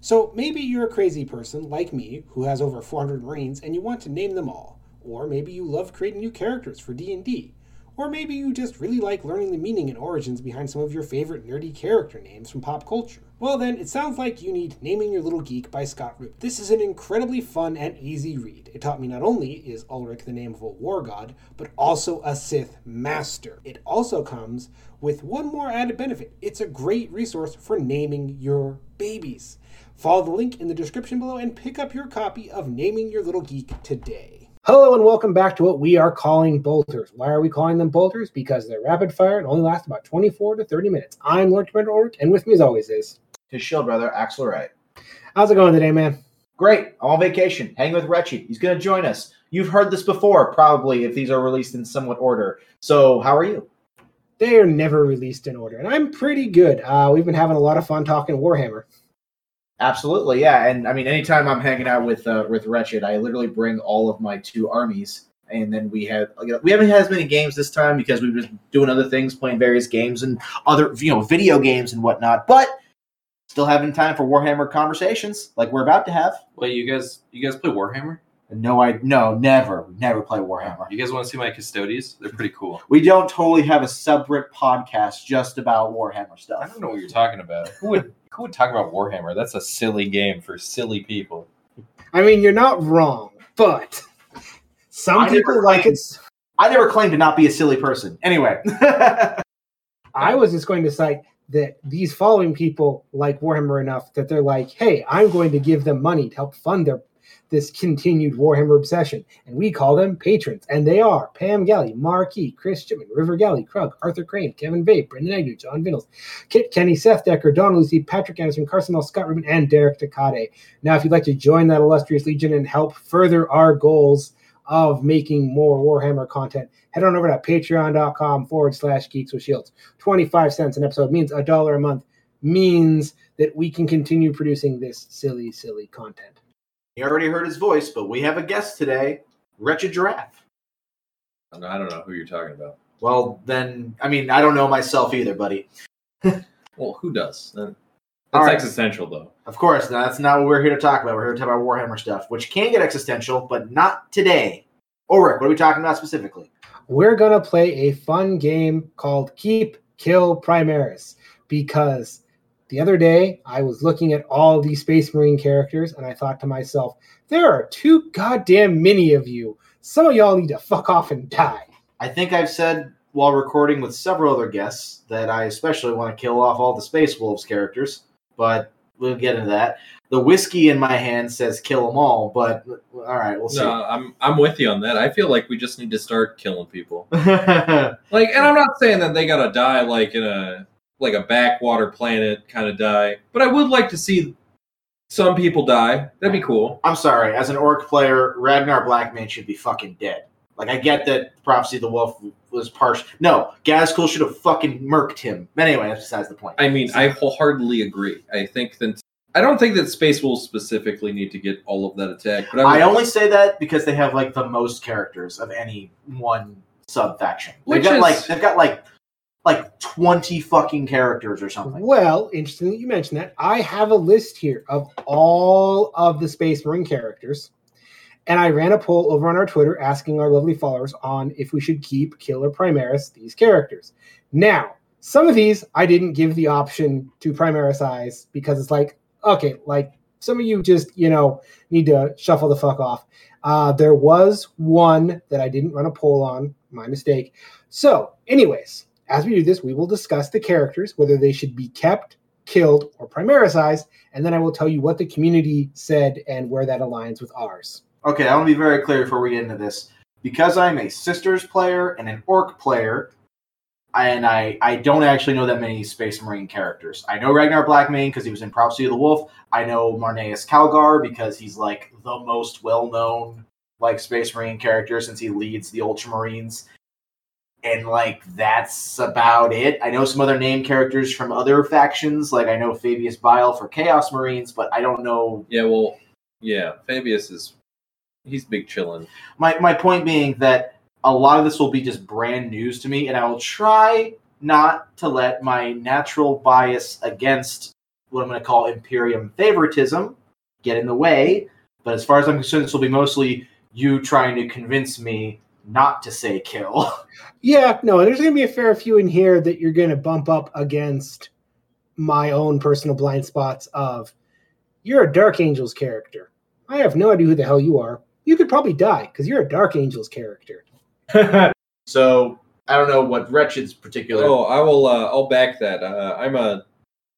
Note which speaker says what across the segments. Speaker 1: So maybe you're a crazy person like me who has over 400 Marines and you want to name them all, or maybe you love creating new characters for D&D, or maybe you just really like learning the meaning and origins behind some of your favorite nerdy character names from pop culture. Well then, it sounds like you need Naming Your Little Geek by Scott Rubin. This is an incredibly fun and easy read. It taught me not only is Ulrich the name of a war god, but also a Sith master. It also comes with one more added benefit. It's a great resource for naming your babies. Follow the link in the description below and pick up your copy of Naming Your Little Geek today. Hello and welcome back to what we are calling bolters. Why are we calling them bolters? Because they're rapid fire and only last about 24 to 30 minutes. I'm Lord Commander Ulrich, and with me as always is.
Speaker 2: his shield brother, Axel Wright.
Speaker 1: How's it going today, man?
Speaker 2: Great. I'm on vacation, hanging with Retchie. He's going to join us. You've heard this before, probably, if these are released in somewhat order. So, how are you?
Speaker 1: They are never released in order, and I'm pretty good. Uh, we've been having a lot of fun talking Warhammer.
Speaker 2: Absolutely, yeah. And I mean, anytime I'm hanging out with uh, with Wretched, I literally bring all of my two armies, and then we have you know, we haven't had as many games this time because we've been doing other things, playing various games and other you know video games and whatnot. But still having time for Warhammer conversations like we're about to have.
Speaker 3: Wait, you guys, you guys play Warhammer?
Speaker 2: No, I no, never, never play Warhammer.
Speaker 3: You guys want to see my custodies? They're pretty cool.
Speaker 2: We don't totally have a separate podcast just about Warhammer
Speaker 3: I
Speaker 2: stuff.
Speaker 3: don't know what you're talking about. Who would who would talk about Warhammer? That's a silly game for silly people.
Speaker 1: I mean, you're not wrong, but some
Speaker 2: I
Speaker 1: people
Speaker 2: never
Speaker 1: like
Speaker 2: claimed-
Speaker 1: it.
Speaker 2: I never claimed to not be a silly person. Anyway,
Speaker 1: I was just going to cite that these following people like Warhammer enough that they're like, hey, I'm going to give them money to help fund their this continued Warhammer obsession. And we call them patrons. And they are Pam Galley, Marquis, Chris Chipman, River Galley, Krug, Arthur Crane, Kevin Vape, Brendan Agnew, John Vinnels, Kit Kenny, Seth Decker, Don Lucy, Patrick Anderson, Carson L. Scott Rubin, and Derek Takade. Now, if you'd like to join that illustrious legion and help further our goals of making more Warhammer content, head on over to patreon.com forward slash geeks with shields. 25 cents an episode means a dollar a month means that we can continue producing this silly silly content
Speaker 2: you already heard his voice, but we have a guest today, Wretched Giraffe.
Speaker 3: I don't- I don't know who you're talking about.
Speaker 2: Well, then, I mean, I don't know myself either, buddy.
Speaker 3: Well, who does? That-
Speaker 2: All
Speaker 3: That's
Speaker 2: right.
Speaker 3: existential, though.
Speaker 2: Of course, now that's not what we're here to talk about. We're here to talk about Warhammer stuff, which can get existential, but not today. Ulrich, what are we talking about specifically?
Speaker 1: we're going to play a fun game called keep kill primaris because the other day i was looking at all these space marine characters and i thought to myself there are too goddamn many of you some of y'all need to fuck off and die
Speaker 2: I think I've said while recording with several other guests that I especially want to kill off all the Space Wolves characters, but we'll get into that. The whiskey in my hand says kill them all, but all right, we'll see.
Speaker 3: No, I'm I'm with you on that. I feel like we just need to start killing people. Like, and I'm not saying that they gotta die like in a like a backwater planet kind of die, but I would like to see some people die. That'd be cool.
Speaker 2: I'm sorry, as an orc player, Ragnar Blackman should be fucking dead. Like, I get that Prophecy of the Wolf was partial. No, Gazcool should have fucking murked him. But anyway, that's besides the point.
Speaker 3: I mean, I wholeheartedly agree. I think that I don't think that Space Wolves specifically need to get all of that attack, but I,
Speaker 2: I only say that because they have like the most characters of any one sub faction. They've
Speaker 3: Which
Speaker 2: got
Speaker 3: is-
Speaker 2: like they've got like like twenty fucking characters or something.
Speaker 1: Well, interesting that you mentioned that. I have a list here of all of the Space Marine characters. And I ran a poll over on our Twitter asking our lovely followers on if we should keep Killer Primaris these characters. Now, some of these I didn't give the option to Primarisize because it's like, okay, like some of you just, you know, need to shuffle the fuck off. Uh, there was one that I didn't run a poll on, my mistake. So, anyways, as we do this, we will discuss the characters, whether they should be kept, killed, or primarized, and then I will tell you what the community said and where that aligns with ours.
Speaker 2: Okay, I want to be very clear before we get into this. Because I'm a sisters player and an orc player, and I, I don't actually know that many Space Marine characters. I know Ragnar Blackmane because he was in Prophecy of the Wolf. I know Marnaeus Calgar because he's like the most well known like Space Marine character since he leads the Ultramarines. And like that's about it. I know some other name characters from other factions, like I know Fabius Bile for Chaos Marines, but I don't know
Speaker 3: yeah, well, yeah, Fabius is he's big chillin'.
Speaker 2: my my point being that a lot of this will be just brand news to me and i will try not to let my natural bias against what I'm going to call Imperium favoritism get in the way. But as far as I'm concerned, this will be mostly you trying to convince me not to say kill.
Speaker 1: Yeah, no, there's going to be a fair few in here that you're going to bump up against my own personal blind spots of you're a Dark Angels character. I have no idea who the hell you are. You could probably die because you're a Dark Angels character.
Speaker 2: so I don't know what Wretched's particular.
Speaker 3: Oh, I will. Uh, I'll back that. Uh, I'm a.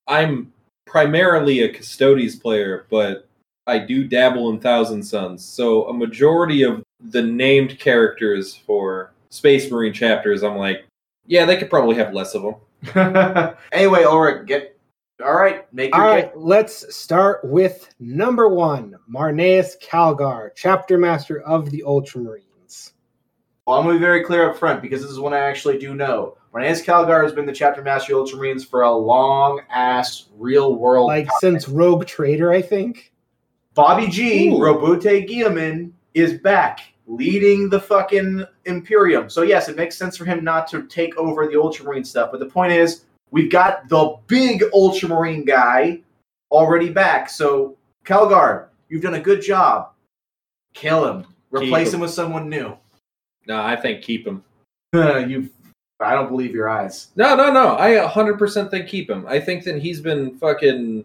Speaker 3: I'm primarily a Custodes player, but I do dabble in Thousand Suns. So a majority of the named characters for Space Marine chapters, I'm like, yeah, they could probably have less of them.
Speaker 2: anyway, Ulrich, get. All right, make your
Speaker 1: All
Speaker 2: right.
Speaker 1: right, let's start with number one Marnaeus Calgar, Chapter Master of the Ultramarines.
Speaker 2: Well, I'm going to be very clear up front because this is one I actually do know. Renes Calgar has been the chapter master of Ultramarines for a long ass real world.
Speaker 1: Like, since Rogue Trader, I think.
Speaker 2: Bobby G,
Speaker 3: Ooh.
Speaker 2: Robute Guilliman, is back leading the fucking Imperium. So, yes, it makes sense for him not to take over the Ultramarine stuff. But the point is, we've got the big Ultramarine guy already back. So, Calgar, you've done a good job. Kill him,
Speaker 3: Keep
Speaker 2: replace
Speaker 3: him.
Speaker 2: him with someone new.
Speaker 3: No, I think keep them.
Speaker 2: you, I don't believe your eyes.
Speaker 3: No, no, no. I 100% think keep him. I think that he's been fucking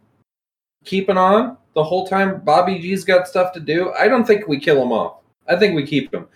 Speaker 3: keeping on the whole time. Bobby G's got stuff to do. I don't think we kill him off. I think we keep him.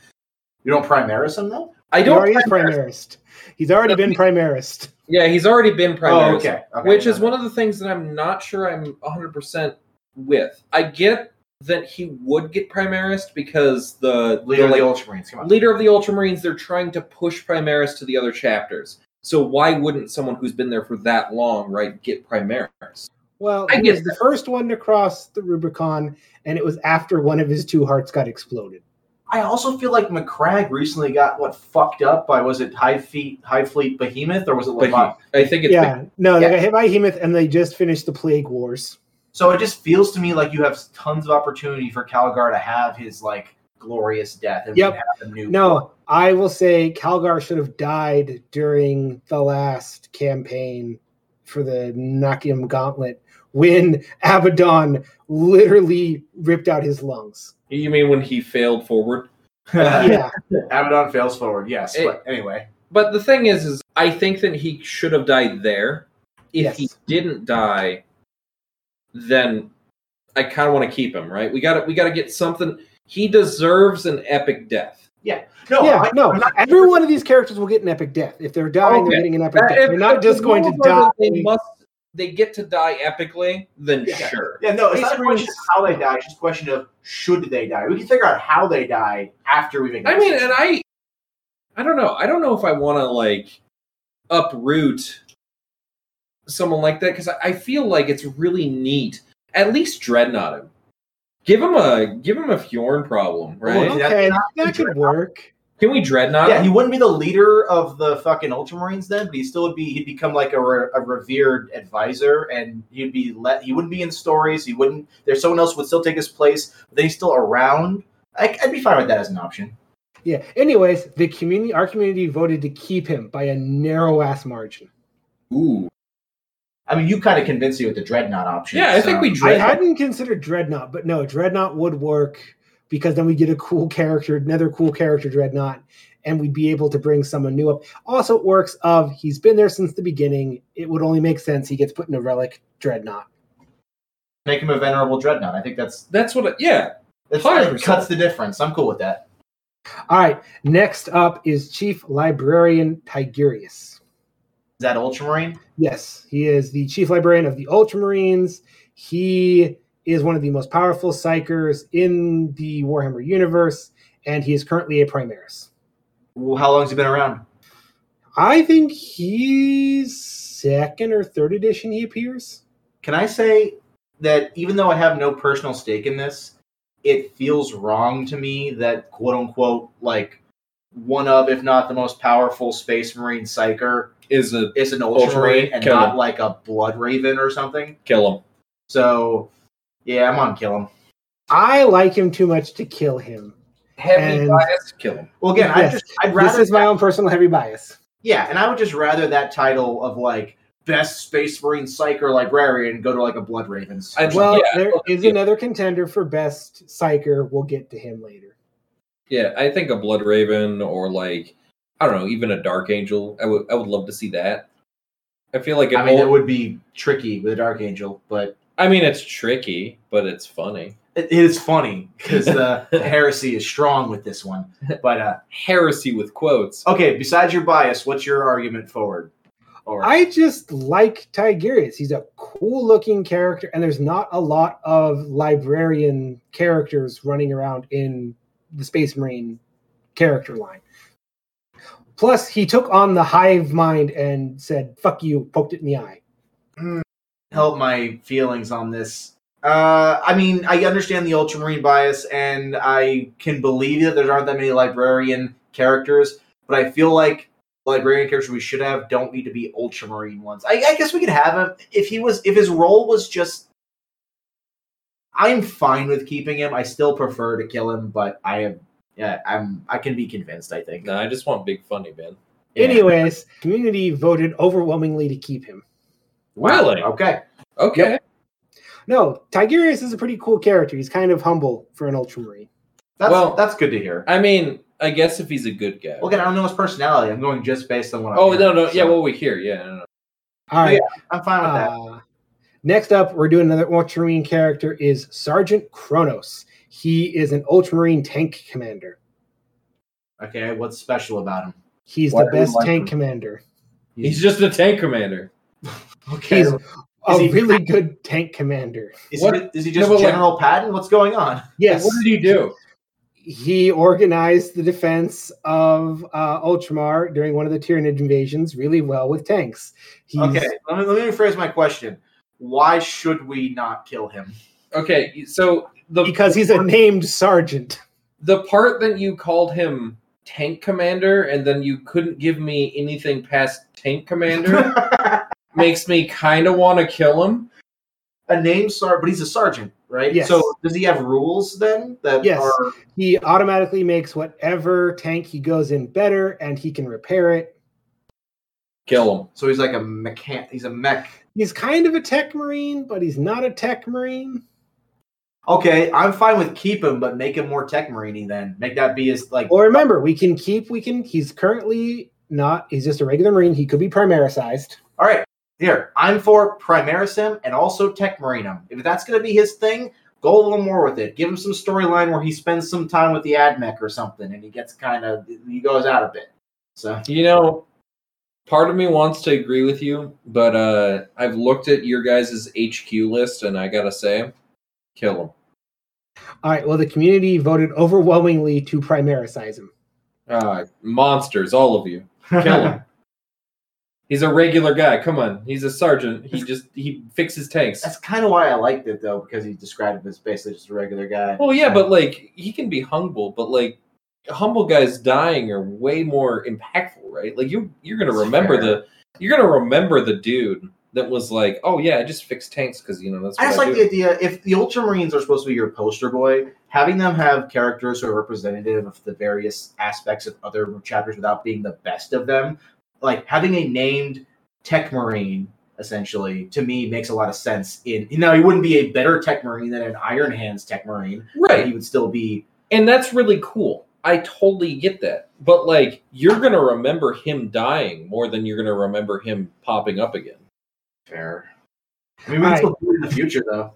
Speaker 2: You don't Primaris him though?
Speaker 3: I
Speaker 1: He
Speaker 3: don't.
Speaker 1: already is Primarist. He's already been Primarist.
Speaker 3: Yeah, he's already been primary.
Speaker 2: Oh, okay.
Speaker 3: which is one of the things that I'm not sure I'm 100% with. I get that he would get Primaris because the,
Speaker 2: leader
Speaker 3: the,
Speaker 2: of the
Speaker 3: like,
Speaker 2: Ultramarines. Come on.
Speaker 3: leader of the Ultramarines, they're trying to push Primaris to the other chapters. So why wouldn't someone who's been there for that long, right, get Primaris?
Speaker 1: Well,
Speaker 3: I
Speaker 1: he
Speaker 3: get
Speaker 1: was the first one to cross the Rubicon, and it was after one of his two hearts got exploded.
Speaker 2: I also feel like McCrag recently got what fucked up by was it High Fleet High Fleet Behemoth or was it
Speaker 3: But he,
Speaker 2: Levant?
Speaker 3: I think it's
Speaker 1: yeah, no,
Speaker 3: yeah.
Speaker 1: they got hit by Hemoth, and they just finished the Plague Wars.
Speaker 2: So it just feels to me like you have tons of opportunity for Calgar to have his like glorious death and we
Speaker 1: Yep.
Speaker 2: have a new
Speaker 1: No, I will say Calgar should have died during the last campaign for the Nakium Gauntlet when Abaddon literally ripped out his lungs.
Speaker 3: you mean when he failed forward? Uh,
Speaker 1: Yeah,
Speaker 2: Abaddon fails forward, yes.
Speaker 3: It-
Speaker 2: but anyway.
Speaker 3: But the thing is, is I think that he should have died there. If
Speaker 1: Yes.
Speaker 3: he didn't die, then I kind of want to keep him, right? We got to we got to get something. He deserves an epic death.
Speaker 2: No,
Speaker 1: yeah,
Speaker 2: I-
Speaker 1: no.
Speaker 2: I'm not-
Speaker 1: Every one of these characters will get an epic death. If they're dying,
Speaker 3: Okay.
Speaker 1: they're getting an epic
Speaker 3: That-
Speaker 1: death.
Speaker 3: if-
Speaker 1: They're not
Speaker 3: if
Speaker 1: just
Speaker 3: the
Speaker 1: going to
Speaker 3: rules are
Speaker 1: die.
Speaker 3: that They must. They get to die epically. Then
Speaker 1: Yeah.
Speaker 3: sure.
Speaker 2: Yeah, no, it's not a
Speaker 1: Basically,
Speaker 2: question of how they die, it's just a question of should they die. We can figure out how they die after we make a
Speaker 3: I mean,
Speaker 2: decision.
Speaker 3: and I, I don't know. I don't know if I want to like uproot someone like that because I, I feel like it's really neat. At least dreadnought him. Give him a give him a Fjorn problem, right?
Speaker 2: Well, that-
Speaker 1: Okay,
Speaker 2: that-
Speaker 1: that could work.
Speaker 3: Can we dreadnought?
Speaker 2: Yeah,
Speaker 3: him?
Speaker 2: he wouldn't be the leader of the fucking Ultramarines then, but he still would be. He'd become like a, re- a revered advisor, and he'd be let. He wouldn't be in stories. He wouldn't. There's someone else would still take his place. But he's still around. I, I'd be fine with that as an option.
Speaker 1: Yeah. Anyways, the community, our community, voted to keep him by a narrow ass margin.
Speaker 3: Ooh.
Speaker 2: I mean, you kind of convinced me with the dreadnought option.
Speaker 3: Yeah, I
Speaker 2: so-
Speaker 3: think we
Speaker 1: I
Speaker 3: dread.
Speaker 1: hadn't considered Dreadnought, but no, Dreadnought would work because then we get a cool character, another cool character Dreadnought, and we'd be able to bring someone new up. Also, it works of he's been there since the beginning. It would only make sense he gets put in a relic Dreadnought.
Speaker 2: make him a venerable dreadnought. I think that's
Speaker 3: That's what. I, yeah.
Speaker 2: that's
Speaker 3: 100%.
Speaker 2: cuts the difference. I'm cool with that.
Speaker 1: All right, next up is Chief Librarian Tigerius.
Speaker 2: Is that Ultramarine?
Speaker 1: Yes, he is the chief librarian of the Ultramarines. He is one of the most powerful psychers in the Warhammer universe, and he is currently a Primaris.
Speaker 2: Well, How long's he been around?
Speaker 1: I think he's second or third edition he appears.
Speaker 2: Can I say that even though I have no personal stake in this, it feels wrong to me that quote unquote like one of, if not the most powerful space marine psyker
Speaker 3: Is a
Speaker 2: is an
Speaker 3: Ultramarine,
Speaker 2: ultramarine and
Speaker 3: kill
Speaker 2: not
Speaker 3: him.
Speaker 2: like a blood raven or something.
Speaker 3: kill him.
Speaker 2: So yeah, I'm on kill him.
Speaker 1: I like him too much to kill him.
Speaker 3: Heavy
Speaker 1: And-
Speaker 3: bias. Kill him.
Speaker 2: Well again, I
Speaker 1: Yes.
Speaker 2: just I'd
Speaker 1: This
Speaker 2: rather
Speaker 1: is my own personal heavy bias.
Speaker 2: Yeah, and I would just rather that title of like best Space Marine psych or librarian, go to like a Blood Ravens.
Speaker 3: I'd
Speaker 1: Well,
Speaker 3: Yeah.
Speaker 1: there is
Speaker 3: Yeah.
Speaker 1: another contender for best psyker. We'll get to him later.
Speaker 3: Yeah, I think a Blood Raven or like I don't know, even a Dark Angel. I would I would love to see that. I feel like it
Speaker 2: I mean,
Speaker 3: won't-
Speaker 2: it would be tricky with a Dark Angel, but
Speaker 3: I mean it's tricky, but it's funny.
Speaker 2: it, it is funny because the, the heresy is strong with this one. But uh,
Speaker 3: Heresy with quotes.
Speaker 2: okay, besides your bias, what's your argument forward? Or
Speaker 1: I just like Tigerius. He's a cool looking character, and there's not a lot of librarian characters running around in the Space Marine character line. Plus, he took on the hive mind and said, fuck you, poked it in the eye.
Speaker 2: help my feelings on this. Uh, I mean, I understand the Ultramarine bias, and I can believe that there aren't that many librarian characters, but I feel like librarian characters we should have don't need to be Ultramarine ones. I, I guess we could have him if he was if his role was just. I'm fine with keeping him. I still prefer to kill him, but I am. Yeah, I'm. I can be convinced. I think.
Speaker 3: No, I just want big funny, man.
Speaker 2: Yeah.
Speaker 1: Anyways, community voted overwhelmingly to keep him.
Speaker 3: Really?
Speaker 2: Okay.
Speaker 3: Okay.
Speaker 1: No, Tigerius is a pretty cool character. He's kind of humble for an Ultramarine.
Speaker 2: That's
Speaker 3: Well-
Speaker 2: that's good to hear.
Speaker 3: I mean, I guess if he's a good guy.
Speaker 2: Well, again, I don't know his personality. I'm going just based on what. I'm
Speaker 3: Oh no
Speaker 2: hearing,
Speaker 3: no yeah
Speaker 2: so
Speaker 3: what we hear yeah no, no.
Speaker 1: All right.
Speaker 2: I'm fine with that.
Speaker 1: Uh, next up, we're doing another Ultramarine character is Sergeant Kronos. He is an Ultramarine tank commander.
Speaker 2: Uh, Okay, what's special about him?
Speaker 1: He's
Speaker 3: Why
Speaker 1: the
Speaker 3: do we
Speaker 1: best
Speaker 3: like
Speaker 1: tank
Speaker 3: him?
Speaker 1: commander.
Speaker 3: he's just a tank commander.
Speaker 2: okay.
Speaker 1: He's
Speaker 2: Is
Speaker 1: a
Speaker 2: he-
Speaker 1: really good tank commander.
Speaker 2: he,
Speaker 3: what-
Speaker 2: is he just
Speaker 3: No, but what-
Speaker 2: General Patton? What's going on?
Speaker 1: Yes,
Speaker 3: What did he do?
Speaker 1: he organized the defense of uh, Ultramar during one of the Tyranid invasions really well with tanks. He's,
Speaker 2: Okay, let me, let me rephrase my question. Why should we not kill him?
Speaker 3: Okay, so the
Speaker 1: Because he's a named sergeant.
Speaker 3: the part that you called him tank commander and then you couldn't give me anything past tank commander
Speaker 2: a
Speaker 3: makes me kind of want to kill him
Speaker 2: name sergeant, but he's a sergeant, right?
Speaker 1: Yes.
Speaker 2: So does he have rules then that
Speaker 1: Yes.
Speaker 2: are
Speaker 1: He automatically makes whatever tank he goes in better and he can repair it.
Speaker 3: kill him
Speaker 2: so he's like a mechan he's a mech.
Speaker 1: He's kind of a tech marine, but he's not a tech marine.
Speaker 2: Okay, I'm fine with keep him, but make him more tech marini then. Make that be his like
Speaker 1: Or remember, we can keep, we can, he's currently not, he's just a regular marine. He could be primarisized.
Speaker 2: All right, here I'm for Primarism and also Tech Marinum. If that's going to be his thing, go a little more with it. Give him some storyline where he spends some time with the Admech or something, and he gets kind of he goes out a bit. So
Speaker 3: you know part of me wants to agree with you but uh i've looked at your guys' hq list and i gotta say kill him
Speaker 1: All right. Well, the community voted overwhelmingly to primaricize him.
Speaker 3: uh monsters all of you kill him he's a regular guy come on he's a sergeant he just he fixes tanks
Speaker 2: that's kind of why I liked it though, because he described him as basically just a regular guy.
Speaker 3: Well, yeah, but like he can be humble, but like humble guys dying are way more impactful, right? Like you you're gonna
Speaker 2: That's
Speaker 3: remember
Speaker 2: fair.
Speaker 3: the you're gonna remember the dude that was like, oh yeah, I just fixed tanks because you know that's. What
Speaker 2: I
Speaker 3: I
Speaker 2: just like
Speaker 3: do."
Speaker 2: the idea if the Ultramarines are supposed to be your poster boy, having them have characters who are representative of the various aspects of other chapters without being the best of them, like having a named Tech Marine essentially to me makes a lot of sense. In now he wouldn't be a better Tech Marine than an Iron Hands Tech Marine, but he
Speaker 3: right,
Speaker 2: would still be.
Speaker 3: and that's really cool. I totally get that, but like you're gonna remember him dying more than you're gonna remember him popping up again.
Speaker 2: Fair. I mean, we can
Speaker 1: Right.
Speaker 2: still do it in the future though.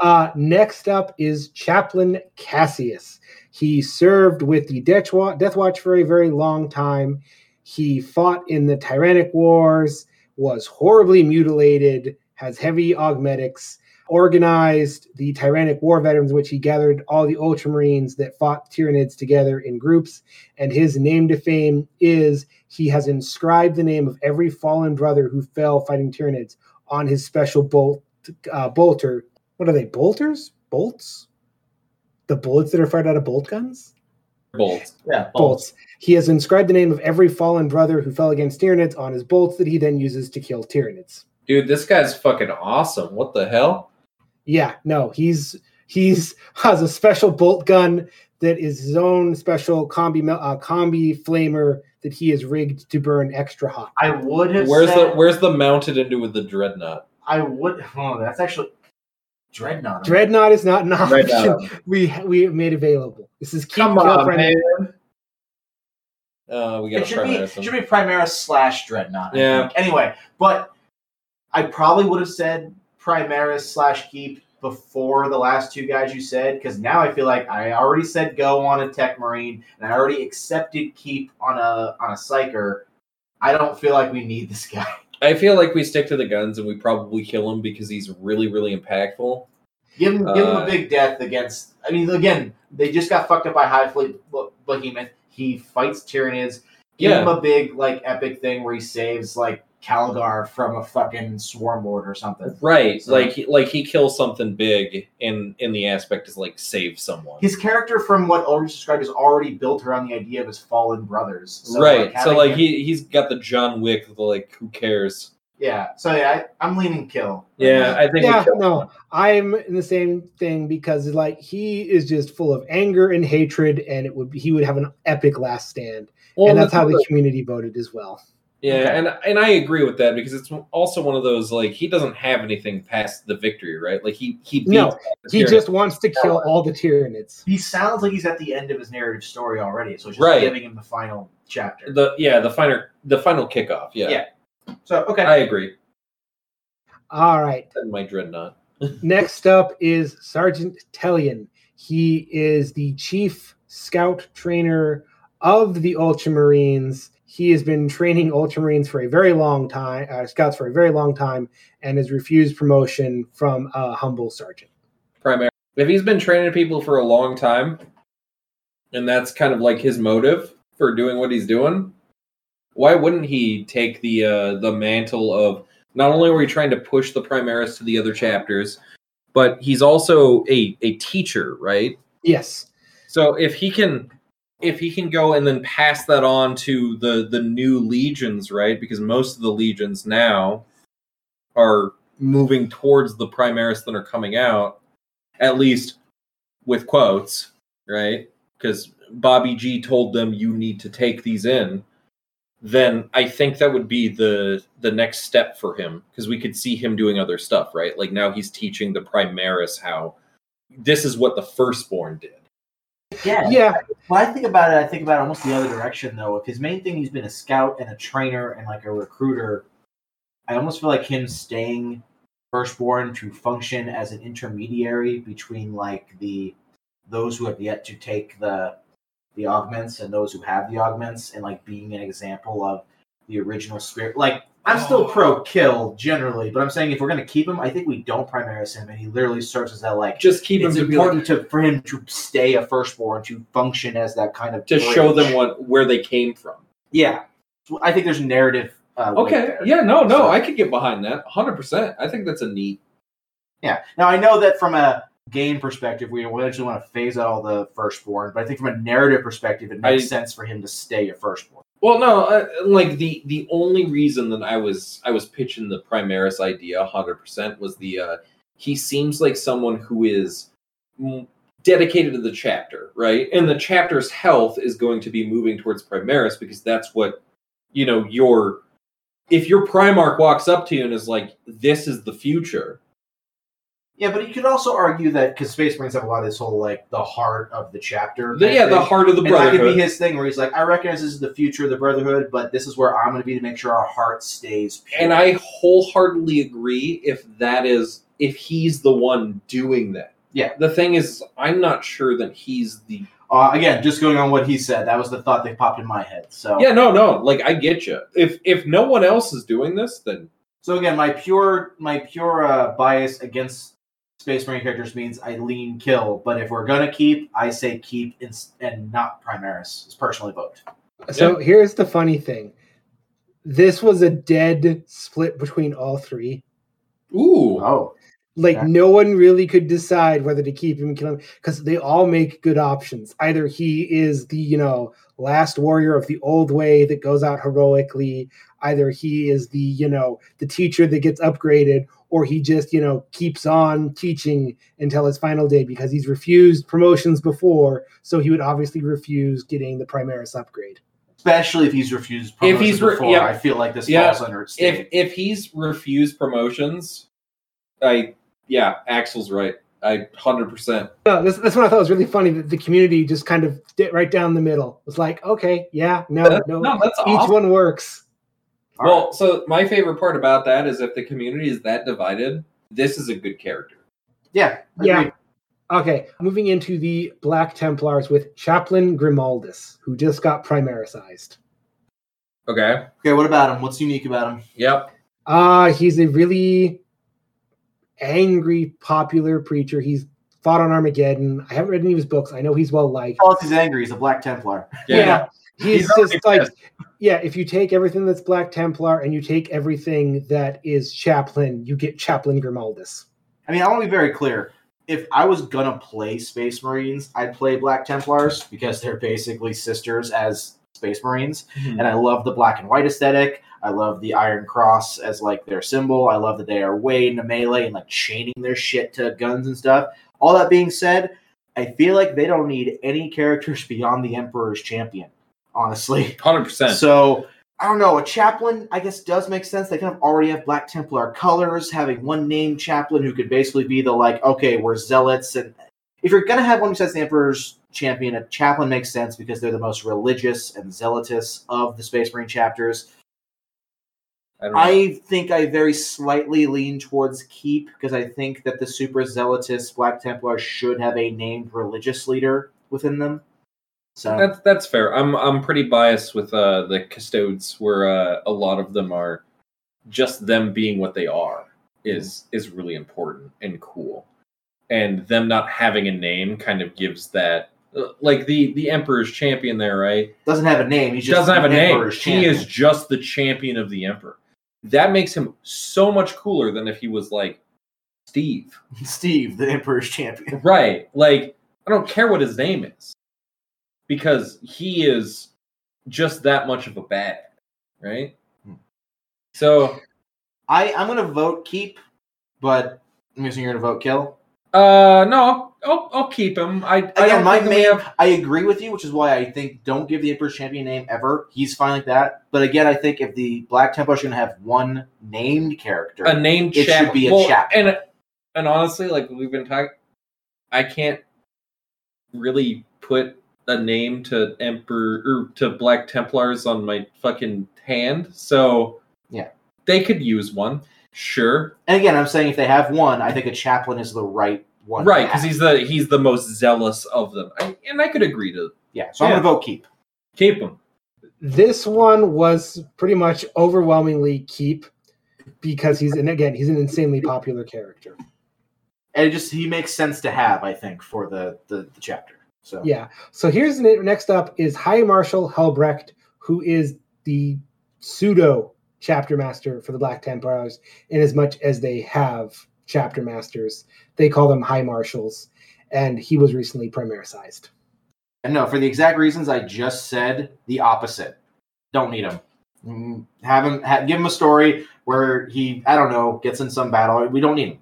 Speaker 1: Uh, next up is Chaplain Cassius. He served with the Death Watch, Death Watch for a very long time. He fought in the Tyrannic Wars, was horribly mutilated, has heavy augmetics, organized the Tyrannic War veterans, which he gathered all the Ultramarines that fought Tyranids together in groups. And his name to fame is he has inscribed the name of every fallen brother who fell fighting Tyranids on his special bolt, uh, bolter what are they bolters bolts the bullets that are fired out of bolt guns
Speaker 3: Bolts.
Speaker 2: yeah,
Speaker 1: bolts he has inscribed the name of every fallen brother who fell against tyranids on his bolts that he then uses to kill tyranids
Speaker 3: Dude, this guy's fucking awesome. What the hell?
Speaker 1: yeah no he's he's has a special bolt gun that is his own special combi mel- uh, combi flamer that he has rigged to burn extra hot.
Speaker 2: I would have.
Speaker 3: Where's
Speaker 2: said,
Speaker 3: the Where's the mounted into with the dreadnought?
Speaker 2: I would. Oh, that's actually dreadnought.
Speaker 1: Dreadnought is not an option
Speaker 3: Dreadnought.
Speaker 1: we we have made available. This is keep
Speaker 2: Come on,
Speaker 1: girlfriend.
Speaker 3: Uh, we got
Speaker 2: It
Speaker 3: to
Speaker 2: should be
Speaker 3: primary
Speaker 2: it should be Primaris slash Dreadnought. I
Speaker 3: Yeah.
Speaker 2: think. Anyway, but I probably would have said Primaris slash Keep before the last two guys you said because now I feel like I already said Go on a Tech Marine and I already accepted Keep on a on a Psyker. I don't feel like we need this guy.
Speaker 3: I feel like we stick to the guns and we probably kill him because he's really really impactful.
Speaker 2: Give him, give him a
Speaker 3: Uh,
Speaker 2: big death against. I mean, again, they just got fucked up by High Fleet Bo- Behemoth. He fights Tyranids. Give him
Speaker 3: Yeah,
Speaker 2: a big, like, epic thing where he saves, like, Calgar from a fucking Swarm Lord or something.
Speaker 3: right.
Speaker 2: So-
Speaker 3: Like he- like he kills something big and in the aspect is like save someone.
Speaker 2: His character, from what Ulrich described, is already built around the idea of his fallen brothers. So,
Speaker 3: right. so
Speaker 2: having
Speaker 3: like
Speaker 2: him-
Speaker 3: he he's got the John Wick of the, like who cares?
Speaker 2: Yeah. So, yeah, I, I'm leaning kill.
Speaker 3: Yeah, I think
Speaker 1: Yeah,
Speaker 3: we kill
Speaker 1: no, I'm in the same thing because like he is just full of anger and hatred, and it would be, he would have an epic last stand,
Speaker 3: Well,
Speaker 1: and that's how
Speaker 3: the-
Speaker 1: the community voted as well.
Speaker 3: Yeah,
Speaker 2: Okay.
Speaker 3: and and I agree with that because it's also one of those like he doesn't have anything past the victory, right? Like he he beats
Speaker 1: No, He
Speaker 3: Tyranid.
Speaker 1: just wants to kill all the Tyranids.
Speaker 2: He sounds like he's at the end of his narrative story already. So, it's just
Speaker 3: Right.
Speaker 2: giving him the final chapter.
Speaker 3: the yeah the final the final kickoff. Yeah,
Speaker 2: Yeah. so, okay.
Speaker 3: I agree.
Speaker 1: All right.
Speaker 3: And my dreadnought.
Speaker 1: Next up is Sergeant Tellian. He is the chief scout trainer of the Ultramarines. He has been training Ultramarines for a very long time, uh, scouts for a very long time, and has refused promotion from a humble sergeant.
Speaker 3: primary. If he's been training people for a long time, and that's kind of like his motive for doing what he's doing, why wouldn't he take the uh, the mantle of not only are we trying to push the Primaris to the other chapters, but he's also a a teacher, right?
Speaker 1: Yes.
Speaker 3: So if he can if he can go and then pass that on to the the new legions, right? Because most of the legions now are moving towards the primaris that are coming out, at least with quotes, right? Because Bobby G told them you need to take these in. Then I think that would be the the next step for him because we could see him doing other stuff, right? Like now he's teaching the primaris how this is what the firstborn did.
Speaker 2: yeah.
Speaker 1: Yeah.
Speaker 2: When I think about it, I think about it almost the other direction though. If his main thing he's been a scout and a trainer and like a recruiter, I almost feel like him staying firstborn to function as an intermediary between like the those who have yet to take the the augments and those who have the augments and like being an example of the original spirit. Like I'm still pro kill generally, but I'm saying if we're gonna keep him, I think we don't primaris him and he literally serves as that like
Speaker 3: just keep
Speaker 2: it's
Speaker 3: him to be like-
Speaker 2: important to for him to stay a firstborn to function as that kind of
Speaker 3: to show
Speaker 2: bridge.
Speaker 3: them what where they came from.
Speaker 2: Yeah, So I think there's narrative. Uh, weight
Speaker 3: Okay,
Speaker 2: there.
Speaker 3: yeah, no, no,
Speaker 2: So-
Speaker 3: I could get behind that, hundred percent. I think that's a neat.
Speaker 2: yeah. Now I know that from a game perspective, we eventually want to phase out all the firstborn, but I think from a narrative perspective, it makes
Speaker 3: I-
Speaker 2: sense for him to stay a firstborn.
Speaker 3: Well, no, uh, like the the only reason that I was I was pitching the Primaris idea hundred percent was the uh he seems like someone who is mm, dedicated to the chapter, right? And the chapter's health is going to be moving towards Primaris because that's what you know your if your Primarch walks up to you and is like, "This is the future,"
Speaker 2: Yeah, but you could also argue that because Space Marines have a lot of this whole like the heart of the chapter.
Speaker 3: the,
Speaker 2: kind
Speaker 3: yeah,
Speaker 2: of
Speaker 3: the
Speaker 2: thing.
Speaker 3: heart of the
Speaker 2: and that
Speaker 3: brotherhood.
Speaker 2: could be his thing where he's like, I recognize this is the future of the Brotherhood, but this is where I'm going to be to make sure our heart stays pure.
Speaker 3: And I wholeheartedly agree if that is if he's the one doing that.
Speaker 2: Yeah.
Speaker 3: The thing is, I'm not sure that he's the.
Speaker 2: Uh, again, just going on what he said, that was the thought that popped in my head. So,
Speaker 3: Yeah, no, no. Like I get you. If if no one else is doing this, then
Speaker 2: so again, my pure my pure uh, bias against Space Marine characters means I lean kill. But if we're gonna keep, I say keep and, s- and not Primaris. It's personally vote.
Speaker 1: So here's the funny thing. This was a dead split between all three.
Speaker 3: ooh,
Speaker 2: Oh,
Speaker 1: Like
Speaker 2: Yeah.
Speaker 1: no one really could decide whether to keep him, kill him, because they all make good options. Either he is the you know last warrior of the old way that goes out heroically. Either he is the you know the teacher that gets upgraded, or he just you know keeps on teaching until his final day because he's refused promotions before, so he would obviously refuse getting the Primaris upgrade.
Speaker 2: Especially if he's refused
Speaker 3: If
Speaker 2: promotion
Speaker 3: he's re-
Speaker 2: before,
Speaker 3: yeah.
Speaker 2: I feel like this
Speaker 3: Yeah.
Speaker 2: falls under its
Speaker 3: if
Speaker 2: state.
Speaker 3: if he's refused promotions, I yeah, Axel's right. I hundred percent.
Speaker 1: No, that's, that's what I thought was really funny. That the community just kind of did right down the middle. It's like, okay, yeah, no,
Speaker 3: That-
Speaker 1: no,
Speaker 3: No, that's
Speaker 1: each
Speaker 3: awesome.
Speaker 1: one works.
Speaker 3: Well, so my favorite part about that is if the community is that divided, this is a good character.
Speaker 2: yeah,
Speaker 1: Yeah.
Speaker 2: agreed.
Speaker 1: Okay, moving into the Black Templars with Chaplain Grimaldus, who just got primarisized.
Speaker 3: Okay.
Speaker 2: Okay, what about him? What's unique about him?
Speaker 3: Yep.
Speaker 1: Uh, he's a really angry, popular preacher. He's fought on Armageddon. I haven't read any of his books. I know he's well liked.
Speaker 2: Plus, he's angry. He's a Black Templar.
Speaker 1: Yeah. He's,
Speaker 3: He's already
Speaker 1: just like, yeah, if you take everything that's Black Templar and you take everything that is Chaplain, you get Chaplain Grimaldus.
Speaker 2: I mean, I want to be very clear. If I was gonna play Space Marines, I'd play Black Templars because they're basically sisters as Space Marines. and I love the black and white aesthetic. I love the Iron Cross as like their symbol. I love that they are way into melee and like chaining their shit to guns and stuff. All that being said, I feel like they don't need any characters beyond the Emperor's Champion, honestly.
Speaker 3: Hundred percent.
Speaker 2: So I don't know. A chaplain, I guess, does make sense. They kind of already have Black Templar colors. Having one named chaplain who could basically be the like, okay, we're zealots, and if you're gonna have one besides the Emperor's champion, a chaplain makes sense because they're the most religious and zealotous of the Space Marine chapters.
Speaker 3: I, don't know.
Speaker 2: I think I very slightly lean towards keep because I think that the super zealotous Black Templar should have a named religious leader within them. So
Speaker 3: that's that's fair. I'm I'm pretty biased with uh, the custodes, where uh, a lot of them are just them being what they are is is really important and cool, and them not having a name kind of gives that uh, like the the emperor's champion there, right?
Speaker 2: doesn't have a name. He's
Speaker 3: He
Speaker 2: just
Speaker 3: doesn't have a
Speaker 2: the
Speaker 3: name.
Speaker 2: Emperor's
Speaker 3: He
Speaker 2: champion.
Speaker 3: is just the champion of the emperor. That makes him so much cooler than if he was like Steve,
Speaker 2: Steve, the Emperor's champion.
Speaker 3: right? Like I don't care what his name is because he is just that much of a bad, right?
Speaker 2: Hmm.
Speaker 3: So,
Speaker 2: I I'm gonna vote keep, but I'm guessing you're gonna vote kill.
Speaker 3: uh, no, I'll, I'll keep him. I, I
Speaker 2: Again,
Speaker 3: don't
Speaker 2: my
Speaker 3: think we
Speaker 2: main,
Speaker 3: have.
Speaker 2: I agree with you, which is why I think don't give the Emperor's Champion a name ever. He's fine like that. But again, I think if the Black Templar's gonna have one named character,
Speaker 3: a named
Speaker 2: It should
Speaker 3: chap-
Speaker 2: be a
Speaker 3: well,
Speaker 2: chap.
Speaker 3: And and honestly, like we've been talking, I can't really put a name to emperor or to black templars on my fucking hand. So
Speaker 2: Yeah.
Speaker 3: they could use one, sure,
Speaker 2: and again, I'm saying if they have one, I think a chaplain is the right one. to
Speaker 3: right? Because
Speaker 2: have.
Speaker 3: he's the he's the most zealous of them, I, and I could agree to
Speaker 2: yeah. So I'm
Speaker 3: Yeah.
Speaker 2: gonna vote keep.
Speaker 3: keep him.
Speaker 1: this one was pretty much overwhelmingly keep because he's and again he's an insanely popular character
Speaker 2: And it just he makes sense to have, I think, for the the, the chapter. So
Speaker 1: yeah so here's the next up is high marshal helbrecht who is the pseudo chapter master for the black templars in as much as they have chapter masters they call them high marshals and he was recently primarisized
Speaker 2: And no, for the exact reasons I just said, the opposite. Don't need him. Mm, Have him ha- give him a story where he, I don't know, gets in some battle. We don't need him.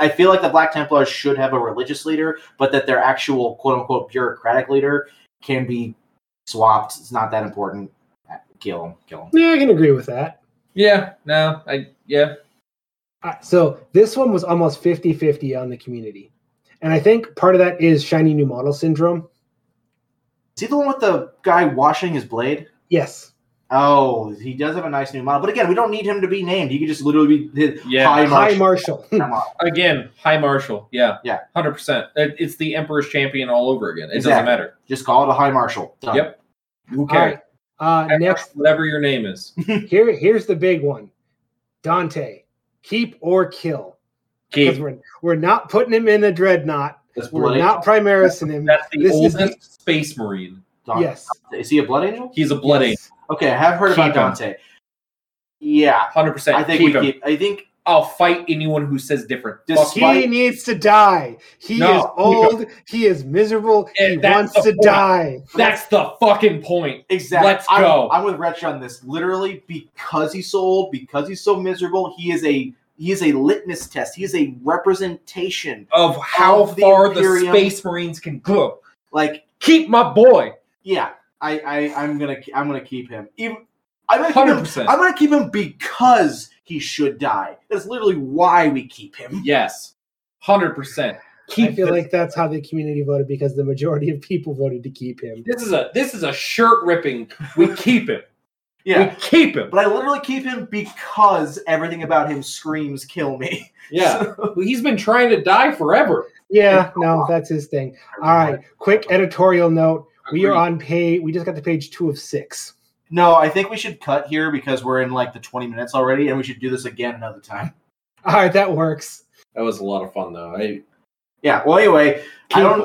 Speaker 2: I feel like the Black Templars should have a religious leader, but that their actual quote unquote bureaucratic leader can be swapped. It's not that important. Uh, Kill him. Kill him.
Speaker 1: yeah i can agree with that
Speaker 3: Yeah, no, I yeah,
Speaker 1: Uh, so this one was almost 50-50 on the community and i think part of that is shiny new model syndrome
Speaker 2: Is he the one with the guy washing his blade?
Speaker 1: yes
Speaker 2: Oh, he does have a nice new model. But again, we don't need him to be named. He could just literally be his
Speaker 3: yeah.
Speaker 2: high
Speaker 1: high
Speaker 2: marshal.
Speaker 1: marshal
Speaker 2: Come on.
Speaker 3: Again, high marshal. Yeah,
Speaker 2: Yeah.
Speaker 3: hundred percent. It's the emperor's champion all over again. It
Speaker 2: Exactly.
Speaker 3: doesn't matter.
Speaker 2: Just call it a high marshal. Done.
Speaker 3: Yep. Who
Speaker 1: All
Speaker 3: cares?
Speaker 1: right. Uh, next,
Speaker 3: whatever your name is.
Speaker 1: here, here's the big one. Dante, keep or kill. Because
Speaker 3: Keep.
Speaker 1: we're, we're not putting him in a dreadnought.
Speaker 2: That's
Speaker 1: We're
Speaker 2: bloody-
Speaker 1: not primarising him.
Speaker 3: That's the
Speaker 1: This is
Speaker 3: oldest
Speaker 1: the-
Speaker 3: space marine.
Speaker 2: Done.
Speaker 1: yes.
Speaker 2: Is he a blood angel?
Speaker 3: He's a blood
Speaker 1: yes.
Speaker 3: angel.
Speaker 2: Okay, I have heard
Speaker 3: Keep
Speaker 2: about
Speaker 3: him.
Speaker 2: Dante. Yeah,
Speaker 3: Hundred percent.
Speaker 2: I think
Speaker 3: keep
Speaker 2: we
Speaker 3: him.
Speaker 2: keep. I think
Speaker 3: I'll fight anyone who says different.
Speaker 2: Just-
Speaker 3: Fuck
Speaker 2: Why-
Speaker 1: He needs to die. He
Speaker 3: No,
Speaker 1: is
Speaker 3: Nico.
Speaker 1: old. He is miserable.
Speaker 3: Yeah,
Speaker 1: he wants
Speaker 3: that's the
Speaker 1: to
Speaker 3: point.
Speaker 1: die.
Speaker 3: That's the fucking point.
Speaker 2: Exactly.
Speaker 3: Let's
Speaker 2: I'm-
Speaker 3: go.
Speaker 2: I'm, with Retch on this. Literally, because he's so old, because he's so miserable, he is a he is a litmus test. He is a representation.
Speaker 3: Of how
Speaker 2: Of the
Speaker 3: far the
Speaker 2: Imperium.
Speaker 3: Space Marines can go.
Speaker 2: Like,
Speaker 3: Keep my boy.
Speaker 2: yeah, I, I I'm gonna I'm gonna keep him. Even I'm gonna keep
Speaker 3: Hundred
Speaker 2: him.
Speaker 3: percent.
Speaker 2: I'm gonna keep him because he should die. That's literally why we keep him.
Speaker 3: Yes. Hundred percent. Keep
Speaker 1: I feel
Speaker 3: the-
Speaker 1: like that's how the community voted because the majority of people voted to keep him.
Speaker 3: this is a this is a shirt ripping. We keep him.
Speaker 2: Yeah.
Speaker 3: We keep him.
Speaker 2: But I literally keep him because everything about him screams "kill me."
Speaker 3: Yeah. He's been trying to die forever.
Speaker 1: Yeah, no, that's his thing. All right, quick editorial note. We are
Speaker 3: Agreed.
Speaker 1: on page. We just got to page two of six.
Speaker 2: No, I think we should cut here because we're in like the 20 minutes already, and we should do this again another time.
Speaker 1: All right, that works.
Speaker 3: That was a lot of fun though. I
Speaker 2: Yeah. Well, anyway, I
Speaker 1: Keep
Speaker 2: don't.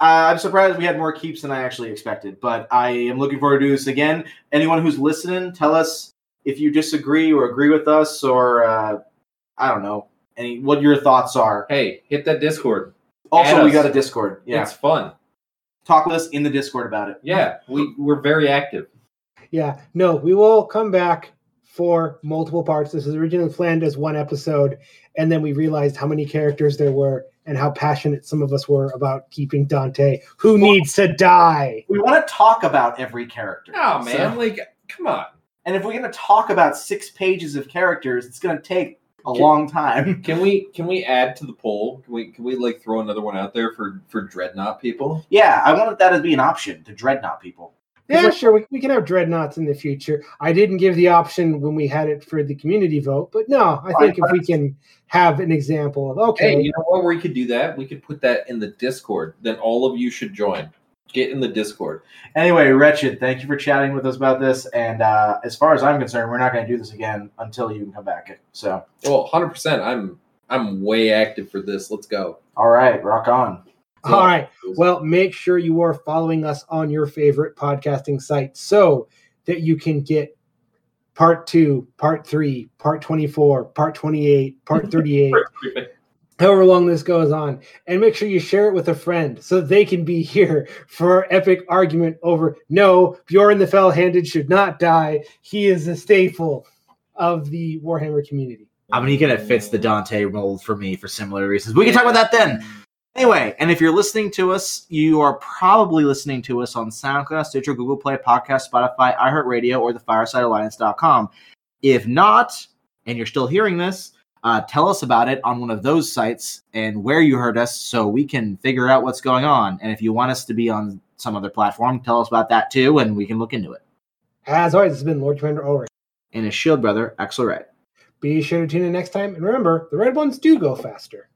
Speaker 2: Uh, I'm surprised we had more keeps than I actually expected, but I am looking forward to do this again. Anyone who's listening, tell us if you disagree or agree with us, or uh, I don't know, any what your thoughts are.
Speaker 3: hey, hit that Discord.
Speaker 2: Also, we
Speaker 3: us.
Speaker 2: got a Discord. Yeah,
Speaker 3: It's fun.
Speaker 2: talk with us in the Discord about it.
Speaker 3: Yeah. We we're very active.
Speaker 1: Yeah, no, we will come back for multiple parts. This was originally planned as one episode, and then we realized how many characters there were and how passionate some of us were about keeping Dante, who needs to die.
Speaker 2: We want to talk about every character.
Speaker 3: No
Speaker 2: So-
Speaker 3: Oh, man, like come on.
Speaker 2: and if we're going to talk about six pages of characters, it's going to take a
Speaker 3: Okay.
Speaker 2: long time.
Speaker 3: Can we can we add to the poll? Can we can we like throw another one out there for for dreadnought people?
Speaker 2: Yeah, I wanted that to be an option to dreadnought people.
Speaker 1: Yeah, sure, we, we can have dreadnoughts in the future. I didn't give the option when we had it for the community vote, but no, I think if we can have an example of, okay,
Speaker 3: Hey, you know what? We could do that. We could put that in the Discord. Then all of you should join. Get in the Discord.
Speaker 2: Anyway, Wretched, thank you for chatting with us about this. And uh, as far as I'm concerned, we're not going to do this again until you can come back. So,
Speaker 3: Well, hundred percent. I'm I'm way active for this. Let's go.
Speaker 2: all right, rock on.
Speaker 1: All right. Well, make sure you are following us on your favorite podcasting site so that you can get part two, part three, part 24, part 28, part 38, however long this goes on. And make sure you share it with a friend so that they can be here for our epic argument over no, Bjorn the Fell Handed should not die. He is a staple of the Warhammer community.
Speaker 4: I'm going to fits the Dante mold for me for similar reasons. We can talk about that then. Anyway, and if you're listening to us, you are probably listening to us on SoundCloud, Stitcher, Google Play, Podcast, Spotify, iHeartRadio, or thefaresidealliance.com. If not, and you're still hearing this, uh, tell us about it on one of those sites and where you heard us so we can figure out what's going on. And if you want us to be on some other platform, tell us about that too, and we can look into it.
Speaker 1: As always, this has been Lord Commander Ulrich.
Speaker 4: And his shield brother, Axel Wright.
Speaker 1: Be sure to tune in next time. And remember, the red ones do go faster.